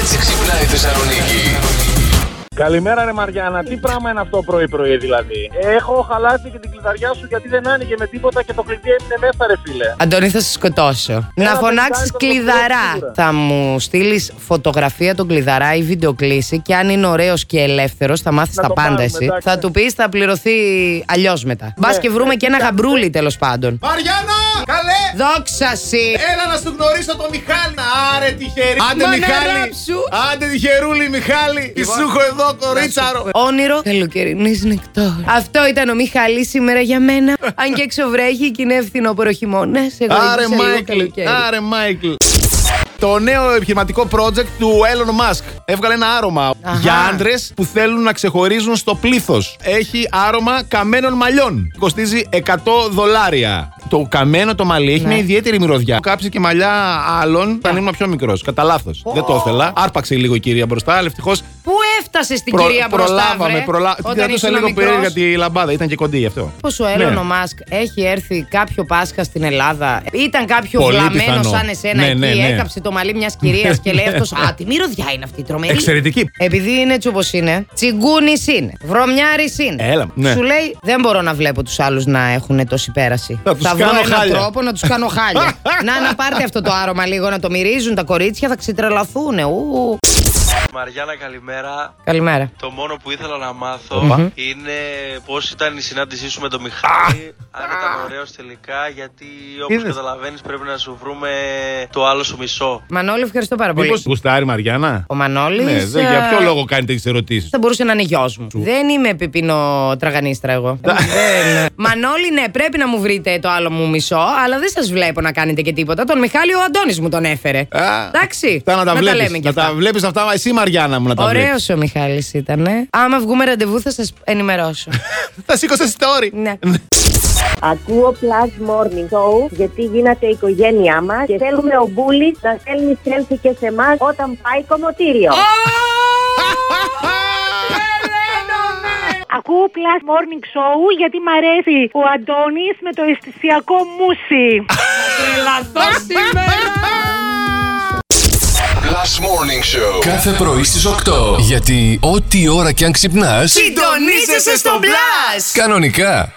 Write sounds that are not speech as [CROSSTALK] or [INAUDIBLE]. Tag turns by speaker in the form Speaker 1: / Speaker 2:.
Speaker 1: έτσι ξυπνάει η Θεσσαλονίκη.
Speaker 2: Καλημέρα ρε Μαριάννα, τι πράγμα είναι αυτό πρωί-πρωί δηλαδή. Έχω χαλάσει και την κλειδαριά σου γιατί δεν άνοιγε με τίποτα και το κλειδί έμεινε μέσα ρε φίλε.
Speaker 3: Αντώνη, θα σε σκοτώσω.
Speaker 2: Έλα,
Speaker 3: να φωνάξει
Speaker 2: παιδιά, είναι το
Speaker 3: κλειδαρά.
Speaker 2: σίγουρα.
Speaker 3: Θα μου στείλεις φωτογραφία τον κλειδαρά ή βιντεοκλήση και αν είναι ωραίος και ελεύθερος, θα μάθεις
Speaker 2: Να
Speaker 3: τα
Speaker 2: το
Speaker 3: πάντα
Speaker 2: πάρουμε,
Speaker 3: εσύ.
Speaker 2: εντάξει.
Speaker 3: Θα του πεις, θα πληρωθεί αλλιώς μετά. Μπας
Speaker 2: Ναι,
Speaker 3: και βρούμε
Speaker 2: ναι,
Speaker 3: και ένα γαμπρούλι τέλος πάντων.
Speaker 4: Μαριάννα! Καλέ!
Speaker 3: Δόξα σοι!
Speaker 4: Έλα να σου γνωρίσω τον Μιχάλη. Άρε τυχερή. Άντε
Speaker 3: Μάνα
Speaker 4: Μιχάλη.
Speaker 3: ράψου.
Speaker 4: Άντε τυχερούλη Μιχάλη. Τι σου έχω εδώ κορίτσαρο.
Speaker 3: Όνειρο καλοκαιρινής νεκτό. Αυτό ήταν ο Μιχαλή σήμερα για μένα. Αν και έξω βρέχει και είναι φθινόπωρο χειμώνα. Εγώ
Speaker 4: Άρε
Speaker 3: ήλπισα λίγο
Speaker 4: Μάικλ.
Speaker 3: καλοκαίρι.
Speaker 4: Άρε Μάικλ. Το νέο επιχειρηματικό project του Elon Musk έβγαλε ένα άρωμα
Speaker 3: Αχα.
Speaker 4: για άντρες που θέλουν να ξεχωρίζουν στο πλήθος. Έχει άρωμα καμένων μαλλιών. Κοστίζει 100 δολάρια. Το καμένο το μαλλί έχει
Speaker 3: Ναι.
Speaker 4: μια ιδιαίτερη μυρωδιά. Κάψει και μαλλιά άλλων όταν ήμουν πιο μικρός. Κατά λάθος. Δεν το ήθελα. Άρπαξε λίγο η κυρία μπροστά, αλλά ευτυχώς
Speaker 3: Πού έφτασες την
Speaker 4: Προ-
Speaker 3: κυρία μπροστά,
Speaker 4: προλάβαμε.
Speaker 3: βρε,
Speaker 4: Προλα...
Speaker 3: όταν
Speaker 4: Κρατούσα
Speaker 3: ήσουν
Speaker 4: λίγο
Speaker 3: μικρός?
Speaker 4: περίεργα τη λαμπάδα, ήταν και κοντή γι' αυτό.
Speaker 3: Πόσο ο Έλλον
Speaker 4: Ναι.
Speaker 3: ο Μάσκ έχει έρθει κάποιο Πάσχα στην Ελλάδα. Ήταν κάποιο
Speaker 4: Πολύ
Speaker 3: βλαμμένο
Speaker 4: πιθανό.
Speaker 3: σαν εσένα
Speaker 4: Ναι,
Speaker 3: εκεί.
Speaker 4: ναι, ναι.
Speaker 3: Έκαψε το μαλλί μιας κυρίας και λέει αυτός. Α, τι μυρωδιά είναι αυτή η τρομερή.
Speaker 4: Εξαιρετική.
Speaker 3: Επειδή είναι έτσι όπως είναι, τσιγκούνη είναι, βρωμιάρη είναι.
Speaker 4: Έλα, ναι.
Speaker 3: Σου λέει δεν μπορώ να βλέπω τους άλλους να έχουν τόση πέραση.
Speaker 4: Θα τους
Speaker 3: βρω
Speaker 4: κάνω
Speaker 3: έναν
Speaker 4: χάλια.
Speaker 3: τρόπο να τους κάνω
Speaker 4: [LAUGHS]
Speaker 3: χάλια. να, να πάρτε αυτό το άρωμα λίγο να το μυρίζουν τα κορίτσια, θα ξετρελαθούν. Ου.
Speaker 5: Μαριάννα, καλημέρα.
Speaker 3: Καλημέρα.
Speaker 5: Το μόνο που ήθελα να μάθω είναι πώς ήταν η συνάντησή σου με τον Μιχάλη. Αν ήταν ωραίος τελικά, γιατί όπως
Speaker 4: Είδες.
Speaker 5: καταλαβαίνεις, πρέπει να σου βρούμε το άλλο σου μισό.
Speaker 3: Μανώλη, ευχαριστώ πάρα πολύ.
Speaker 4: Μήπως γουστάρει Μαριάννα.
Speaker 3: Ο ε, Μανώλης.
Speaker 4: Ναι, δεν- για ποιο λόγο κάνει τέτοιες ερωτήσεις.
Speaker 3: θα μπορούσε να είναι γιος μου. Δεν είμαι πιπίνο τραγανίστρα εγώ. Δεν. Μανώλη, ναι, πρέπει να μου βρείτε το άλλο μου μισό, αλλά δεν σας βλέπω να κάνετε και τίποτα. Τον Μιχάλη ο Αντώνης μου τον έφερε. Εντάξει.
Speaker 4: Να τα βλέπεις.
Speaker 3: λέμε και
Speaker 4: Να τα
Speaker 3: αυτά.
Speaker 4: βλέπεις αυτά, εσύ Μαριάννα μου να τα
Speaker 3: Ωραίος
Speaker 4: βλέπεις.
Speaker 3: ο Μιχάλης ήταν. Άμα βγούμε ραντεβού, θα σας ενημερώσω.
Speaker 4: Θα σήκωσε story.
Speaker 3: ναι.
Speaker 6: Ακούω Plus Morning Show γιατί γίνατε η οικογένειά μας και θέλουμε ο Μπούλης να στέλνει selfie και σε εμάς όταν πάει κομμωτήριο.
Speaker 7: Ακούω Plus Morning Show γιατί μ' αρέσει ο Αντώνης με το αισθησιακό μουσι.
Speaker 1: Last Morning Show. Κάθε πρωί στις 8.
Speaker 8: Γιατί ό,τι ώρα κι αν ξυπνάς,
Speaker 3: Συντονίζεσαι στο μπλα!
Speaker 8: κανονικά.